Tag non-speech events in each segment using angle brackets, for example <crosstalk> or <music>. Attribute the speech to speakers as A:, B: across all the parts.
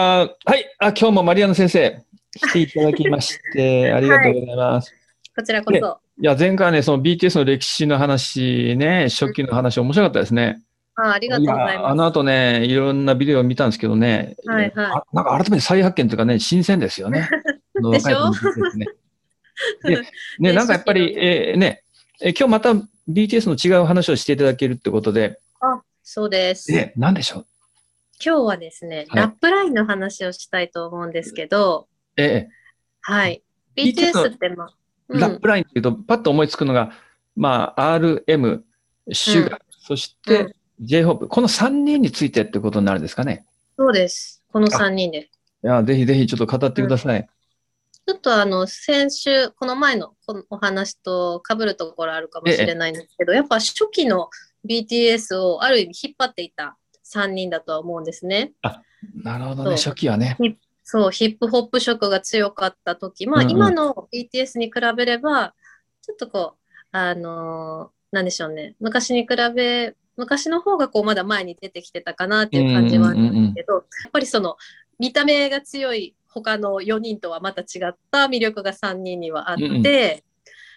A: あはいあ、今日もマリアナ先生、来ていただきま
B: <laughs>
A: して、ありがとうございます。
B: こちらこそ。
A: い、や、前回ね、その BTS の歴史の話ね、初期の話、面白かったですね。
B: あありがとうござい
A: やあ
B: ま
A: の後ね、いろんなビデオを見たんですけどね、
B: はいはい
A: あなんか改めて再発見というかね、新鮮ですよ
B: <laughs>
A: ね。
B: でしょ
A: 若い子
B: <laughs>
A: の BTS ねでね、
B: ね
A: なんかやっぱ
B: 初期
A: り、えーね、えー今日また BTS の違う話をしていただけるってことで、
B: す。あそうです。
A: え、なんでしょう
B: 今日はですね、
A: はい
B: ラップラインの話をしたいと思うんですけど、
A: え
B: はい。
A: BTS
B: BTS って、まあ、
A: ー
B: うん
A: ラップラインっていうと、パッと思いつくのが、まあ、RM、シュガー、そして、
B: うん
A: J-HOPE、この3人についてってことになるんですかね。
B: そうです。この3人です。
A: いや、ぜひぜひちょっと語ってください。
B: ちょっとあの、先週、この前のこのお話と被るところあるかもしれないんですけど、やっぱ初期の BTS をある意味引っ張っていた3人だとは思うんですね。
A: なるほどね、
B: そう
A: 初期はね。
B: そう、ヒップホップ色が強かった時、まあ、
A: うんうん
B: 今の BTS に比べれば、ちょっとこう、あのーなんでしょうね、昔に比べ、昔の方がこう、まだ前に出てきてたかなっていう感じはあるんですけど、やっぱりその、見た目が強い他の4人とはまた違った魅力が3人にはあって、
A: うんうん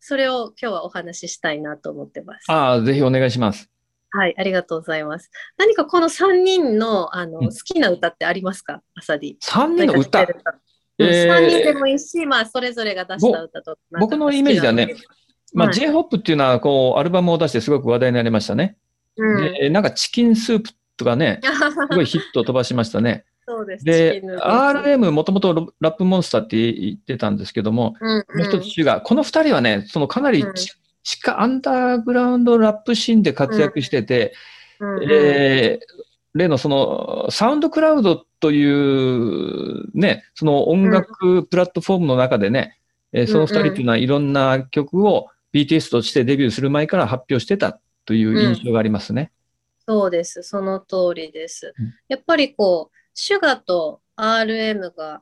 B: それを今日はお話ししたいなと思ってます。
A: ああ、ぜひお願いします。
B: はい、ありがとうございます。何かこの3人のあの、
A: うん
B: 好きな歌ってありますか、アサディ。
A: 3人の歌。
B: 何か知ってる歌うん
A: えー
B: 3人でもいいし、まあ、それぞれが出した歌と。なんか
A: 僕のイメージだね
B: 好きなのが。
A: まあ、
B: はい
A: J-HOPE っていうのは、こう、アルバムを出してすごく話題になりましたね。
B: うん。
A: で、なんかチキンスープとかね、すごいヒットを飛ばしましたね。
B: <laughs> そうです。 <laughs> チ
A: で
B: キンヌー、ドルズ
A: RM、もともとラップモンスターって言ってたんですけども、
B: うん
A: もう一つシュガー。この二人はね、そのかなり
B: うん
A: ち地下、アンダーグラウンドラップシーンで活躍してて、
B: うんうん
A: えー例のそのサウンドクラウドというね、その音楽プラットフォームの中でね、えーその二人っていうのはいろんな曲を BTS としてデビューする前から発表してたという印象がありますね。
B: そうです。その通りです
A: うん。
B: やっぱりこう、シュガと RM が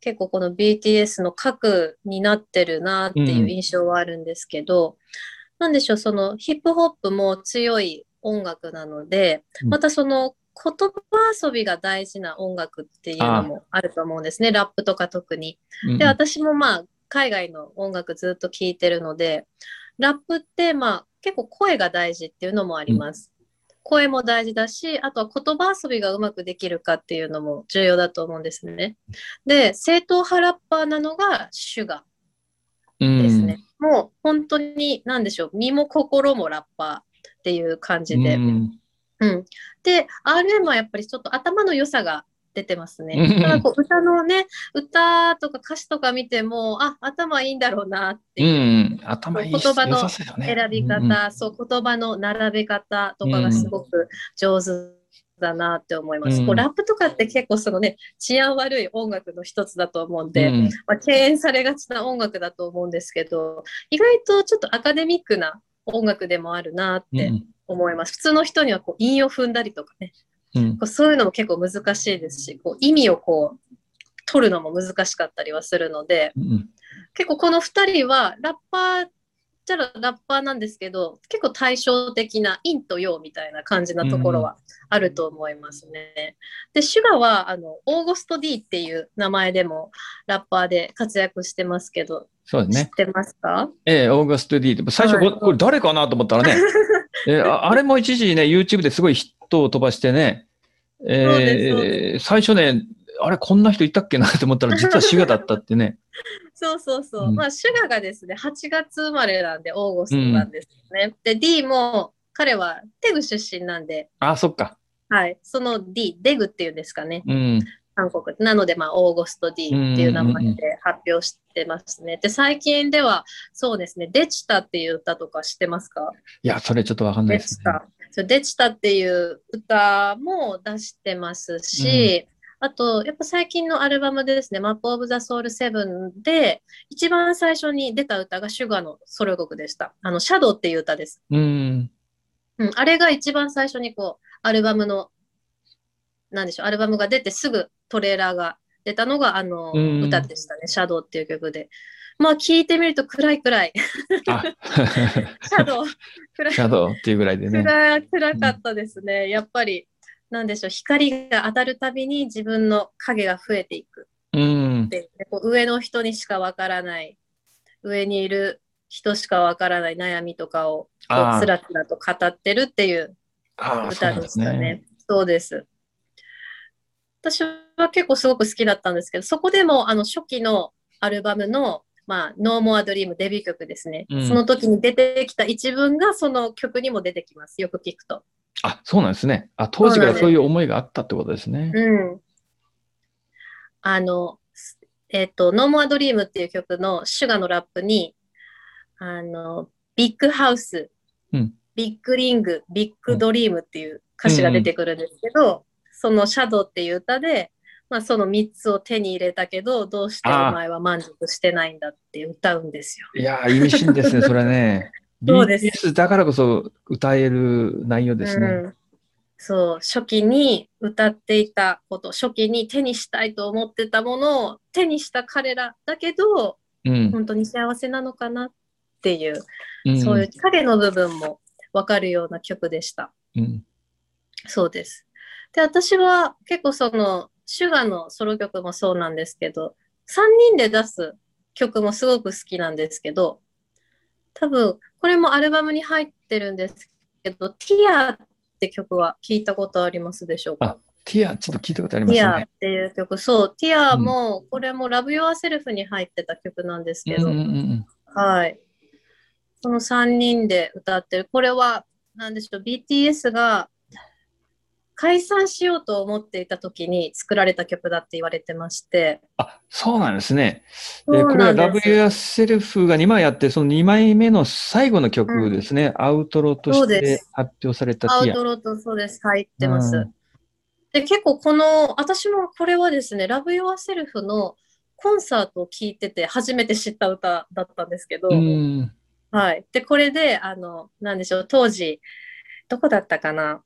B: 結構この BTS の核になってるなっていう印象はあるんですけど、なんでしょう、そのヒップホップも強い音楽なので
A: うん、
B: またその言葉遊びが大事な音楽っていうのもあると思うんですね。ラップとか特に。
A: うん
B: で、私もまあ、海外の音楽ずっと聴いてるので、ラップってまあ、結構声が大事っていうのもあります。声も大事だし、あとは言葉遊びがうまくできるかっていうのも重要だと思うんですね。で、正統派ラッパーなのがシュガ
A: うん
B: ーですね。もう本当に何でしょう、身も心もラッパーっていう感じで。
A: う
B: うん
A: ん
B: で、RM はやっぱりちょっと頭の良さが出てますね。
A: うん
B: ただこう歌のね、歌とか歌詞とか見ても、あ、頭いいんだろうなって
A: う
B: いう。
A: ん、頭いいし
B: 言葉の
A: 良さそうよね
B: 選び方、そう言葉の並べ方とかがすごく上手だなって思います。
A: うん
B: こうラップとかって結構そのね治安悪い音楽の一つだと思うん
A: うん
B: で、
A: うんうん
B: まあ、敬遠されがちな音楽だと思うんですけど意外とちょっとアカデミックな音楽でもあるなっ
A: う
B: て
A: ん
B: 思います。普通の人にはこう韻を踏んだりとかね
A: うん
B: こうそういうのも結構難しいですしこう意味をこう取るのも難しかったりはするので、
A: うん
B: 結構この2人はラッパーじゃラッパーなんですけど結構対照的な陰と陽みたいな感じなところはあると思いますね。でシュガはあのオーゴスト D っていう名前でもラッパーで活躍してますけど、
A: そうです
B: 知
A: ね
B: っ。てますか
A: ええ、オーガスト D って、最初、
B: はい
A: ここれ誰かなと思ったら
B: <laughs>
A: ね、ええああれも一時ね、YouTube ですごいヒットを飛ばしてね、
B: そうですそう
A: ええ最初ね、あれ、こんな人いたっけなと思ったら、実はシュガだったってね、
B: <laughs> そうそうそう。
A: うん
B: まあ、シュガがですね、8月生まれなんで、オーゴストなんですよね。で、D も、彼はテグ出身なんで、
A: あ、そっか、
B: はい、その D、デグっていうんですかね。
A: うん、
B: 韓国なので、まあ、オーゴスト D っていう名前で発表してますね。で、最近では、そうですね、デチタっていう歌とか知ってますか
A: いや、それちょっとわかんない
B: デ
A: で
B: チ
A: すね。
B: タ。そうデチタっていう歌も出してますし、あと、やっぱ最近のアルバムでですね、マップ・オブ・ザ・ソウル・セブンで、一番最初に出た歌がシュガーのソロ曲でした。あの、シャドウっていう歌です。
A: うん、
B: うん、あれが一番最初にこう、アルバムの、なんでしょう、アルバムが出てすぐトレーラーが出たのが、あの、
A: うん
B: 歌でしたね、シャドウっていう曲で。まあ、聞いてみると暗い
A: <laughs>
B: 暗い。
A: あ
B: シャドウ、暗い
A: シャドウっていうぐらいでね。
B: 暗い、暗かったですね。やっぱり、なんでしょう、光が当たるたびに自分の影が増えていく
A: うん
B: っ。て、こう上の人にしかわからない、上にいる人しかわからない悩みとかを、こ
A: あ
B: う
A: ー
B: つらつらと語ってるっていう
A: ああ、そう
B: 歌
A: なん
B: で
A: で
B: し
A: す
B: た
A: ね。
B: ね。そうです。私は結構すごく好きだったんですけど、そこでもあの初期のアルバムの、まあ、No More Dream デビュー曲ですね、
A: うん
B: その時に出てきた一文がその曲にも出てきます。よく聞くと。
A: あ、そうなんですね。あ、当時からそういう思いがあったってことですね。
B: うん。あの、すえっ、と、No More Dream っていう曲のシュガのラップに、あの、ビッグハウス、
A: うん
B: ビッグリング、ビッグドリームっていう歌詞が出てくるんですけど、そのシャドウっていう歌で、まあ、その3つを手に入れたけど、どうしてお前は満足してないんだって歌うんですよ。
A: いやー、意味深
B: <laughs>
A: ですね、それね。
B: そうです
A: BTS だからこそ歌える内容ですね。
B: うん、そう初期に歌っていたこと初期に手にしたいと思ってたものを手にした彼らだけど
A: うん。
B: 本当に幸せなのかなっていう、
A: うん
B: そういう影の部分も分かるような曲でした
A: うん
B: そうですで私は結構そのシュガのソロ曲もそうなんですけど3人で出す曲もすごく好きなんですけど多分これもアルバムに入ってるんですけど「ティアって曲は聞いたことありますでしょうか
A: ティア、ちょっと聞いたことありま
B: テ
A: す
B: ィアっ
A: ね。
B: ていう曲、そう、ティアも、これも Love Yourself に入ってた曲なんですけ
A: うん
B: ど、
A: うんうん
B: はい。この3人で歌ってる、これは、なんでしょう、BTS が解散しようと思っていた時に作られた曲だって言われてまして、
A: あ、そうなんですね。え
B: そう
A: これは
B: なん
A: Love
B: です
A: Yourself が2枚あって、その2枚目の最後の曲ですね。アウトロと
B: そ
A: し
B: うで
A: て
B: す
A: 発表された
B: ア
A: ティ
B: ウ
A: ア。
B: トロとそうです、入ってます。
A: うん
B: で、結構この、私もこれはですね、Love Yourself のコンサートを聴いてて、初めて知った歌だったんですけど、
A: うん。
B: はい。で、これで、あの、なんでしょう、当時、どこだったかな。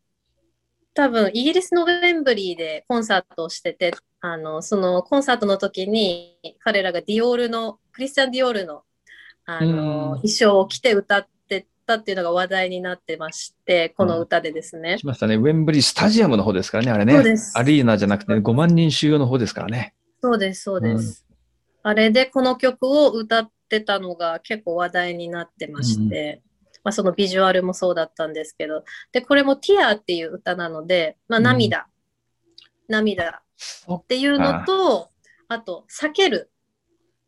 B: 多分、イギリスのウェンブリーでコンサートをしてて、あの、そのコンサートの時に、彼らがディオールの、クリスチャン・ディオールの、あ
A: うん
B: の、衣装を着て歌ってたっていうのが話題になってまして、この歌でですね。
A: しましたね。ウェンブリースタジアムの方ですからね、あれ
B: そう
A: ね。
B: です。
A: アリーナじゃなくて5万人収容の方ですからね。
B: そうです、そうです。あれでこの曲を歌ってたのが結構話題になってまして、まあ、そのビジュアルもそうだったんですけど、で、これもティアっていう歌なので、まあ、
A: うん
B: 涙、涙っていうのと、あと、避ける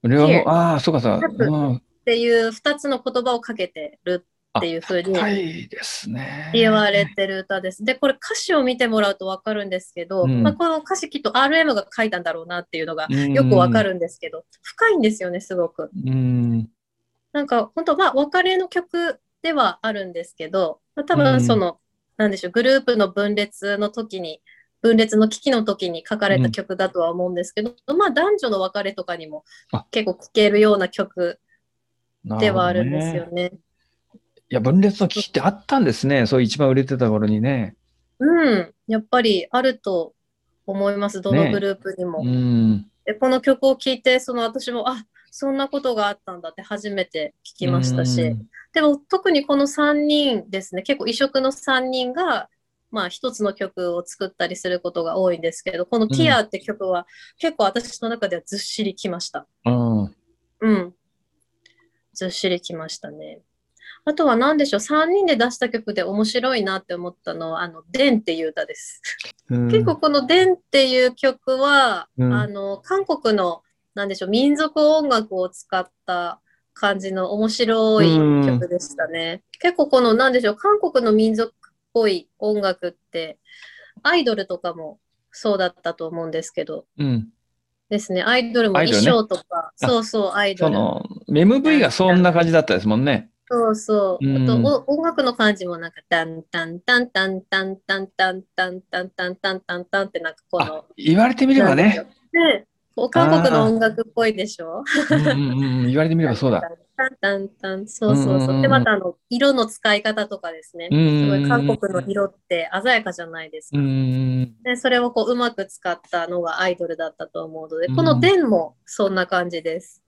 A: 両
B: いえ
A: 方、ああ、そうかそうか。
B: 各
A: うん
B: っていう2つの言葉をかけてるっていう風に
A: はいですね。
B: 言われてる歌です。で、これ歌詞を見てもらうとわかるんですけど、
A: うん
B: まあ、この歌詞きっと RM が書いたんだろうなっていうのが
A: うん
B: よくわか。るんですけど、深いんですよね、すごく。
A: うん。
B: なんか本当まあお別れの曲ではあるんですけど、まあ、多分その、なんでしょうグループの分裂の時に分裂の危機の時に書かれた曲だとは思うんですけど、まあ男女の別れとかにも
A: あ
B: 結構聴けるような曲
A: な
B: で
A: ほど
B: はあるんですよ
A: ね。
B: ね。
A: いや、分裂の危機ってあったんですね。そう一番売れてた頃にね。
B: うん、やっぱりあると思います、どの
A: ね
B: グループにも。
A: うん。
B: でこの曲を聴いて、その私も、あそんなことがあったんだって初めて聞きましたし。
A: うん
B: でも特にこの3人ですね、結構異色の3人が、まあ一つの曲を作ったりすることが多いんですけど、このティアって曲は結構私の中ではずっしりきました。
A: うん。
B: うん。ずっしりきましたね。あとは何でしょう、3人で出した曲で面白いなって思ったのは、あの、デンっていう歌です。
A: うん
B: 結構この「デン」っていう曲は、
A: うん
B: あの韓国のなんでしょう民族音楽を使った感じの面白い曲でしたね。結構このなんでしょう韓国の民族っぽい音楽ってアイドルとかもそうだったと思うんですけど
A: うん。
B: ですねアイドルも
A: アイド
B: 衣
A: ルね
B: 装とか、
A: あ
B: そうそうアイド
A: そ
B: ル
A: の、MV がそんな感じだったですもんね。
B: そうそう。
A: うん
B: あと、お音楽の感じもなんか、タンタンタンタンタンタンタンタンタンタンタンタンタンってなんかこの
A: あ、言われてみればね。
B: ね、こう韓国の音楽っぽいでしょ
A: うんうんうん。言われてみればそうだ。
B: <laughs> タンタンタン、そうそう
A: うんうん
B: そうう。
A: ん
B: で、またあの、色の使い方とかですね。すごい韓国の色って鮮やかじゃないです
A: う
B: か。
A: ん。
B: で、それをこう、うまく使ったのがアイドルだったと思うので、
A: うん
B: このデンもそんな感じです。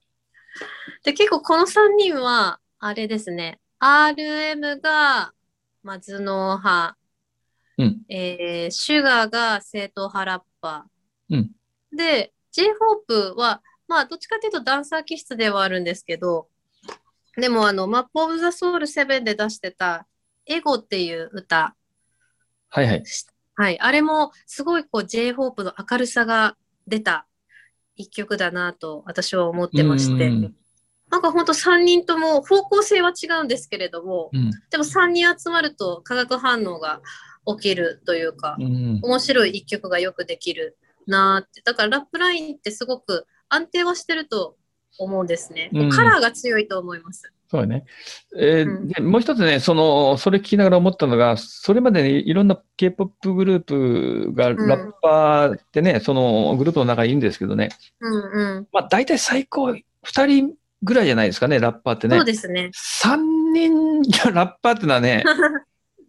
B: で、結構この3人は、あれですね、RM が、まあ、頭脳派、
A: うん。
B: えー、シュガーが正統派ラッパー。
A: うん
B: で、J-Hope は、まあ、どっちかというとダンサー気質ではあるんですけど、でも、あの、マップ・オブ・ザ・ソウル7で出してた、エゴっていう歌、
A: はいはい。
B: はい、あれもすごいこう J-Hope の明るさが出た一曲だなと私は思ってまして、
A: うん
B: なんかほんと3人とも方向性は違うんですけれども、
A: うん。
B: でも3人集まると化学反応が起きるというか、
A: うん。
B: 面白い一曲がよくできるなーって。だからラップラインってすごく安定はしてると思うんですね。
A: うん
B: カラーが強いと思います。
A: そうだね。えー
B: うん
A: でもう一つね、その、それ聞きながら思ったのが、それまでにいろんな K-POP グループが、
B: ん
A: ラッパーってね、そのグループの中にいるんですけどね、
B: うんうん。
A: まあ大体最高2人ぐらいじゃないですかね、ラッパーってね
B: そう。ですね。
A: 3人が <laughs> ラッパーってのは
B: <laughs>
A: ね、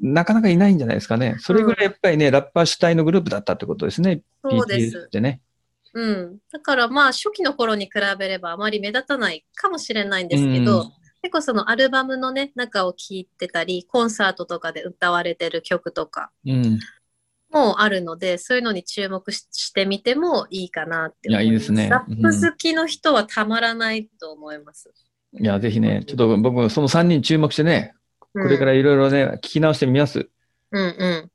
A: なかなかいないんじゃないですかね。それぐらいやっぱりね、ラッパー主体のグループだったってことですね、
B: そうです。
A: BTS ってね。
B: うん、だからまあ初期の頃に比べればあまり目立たないかもしれないんですけど、
A: うん
B: 結構そのアルバムのね中を聴いてたりコンサートとかで歌われてる曲とか
A: うん。
B: もあるのでそういうのに注目ししてみてもいいかなって思
A: いやいいですすね
B: ラップ好きの人はたまらないと思います。
A: いや、ぜひね、ちょっと僕、その3人注目してね、
B: こ
A: これからいろいろね、聞き直してみます。
B: うんうん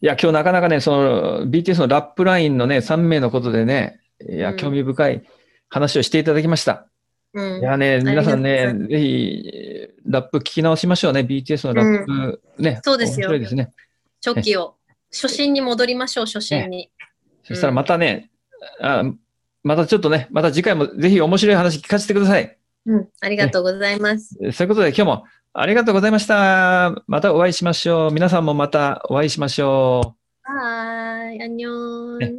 A: いや、今日なかなかね、その BTS のラップラインのね、3名のことでね、いうや、
B: ん
A: 興味深い話をしていただきました。
B: うん
A: いやね、皆さん
B: あり
A: ね
B: がとう、
A: ぜひ、えーラップ聞き直しましょうね。BTS のラップ、ね。
B: そうですよ
A: 面白いですね。
B: 初期を初心に戻りましょう初心に。
A: そしたらまたね、あまたちょっとね、また次回もぜひ面白い話聞かせてください。
B: うん、ありがとうございます。
A: えーそういうことで今日もありがとうございました。またお会いしましょう。皆さんもまたお会いしましょう。
B: はーい、あんにょー
A: ね
B: ん。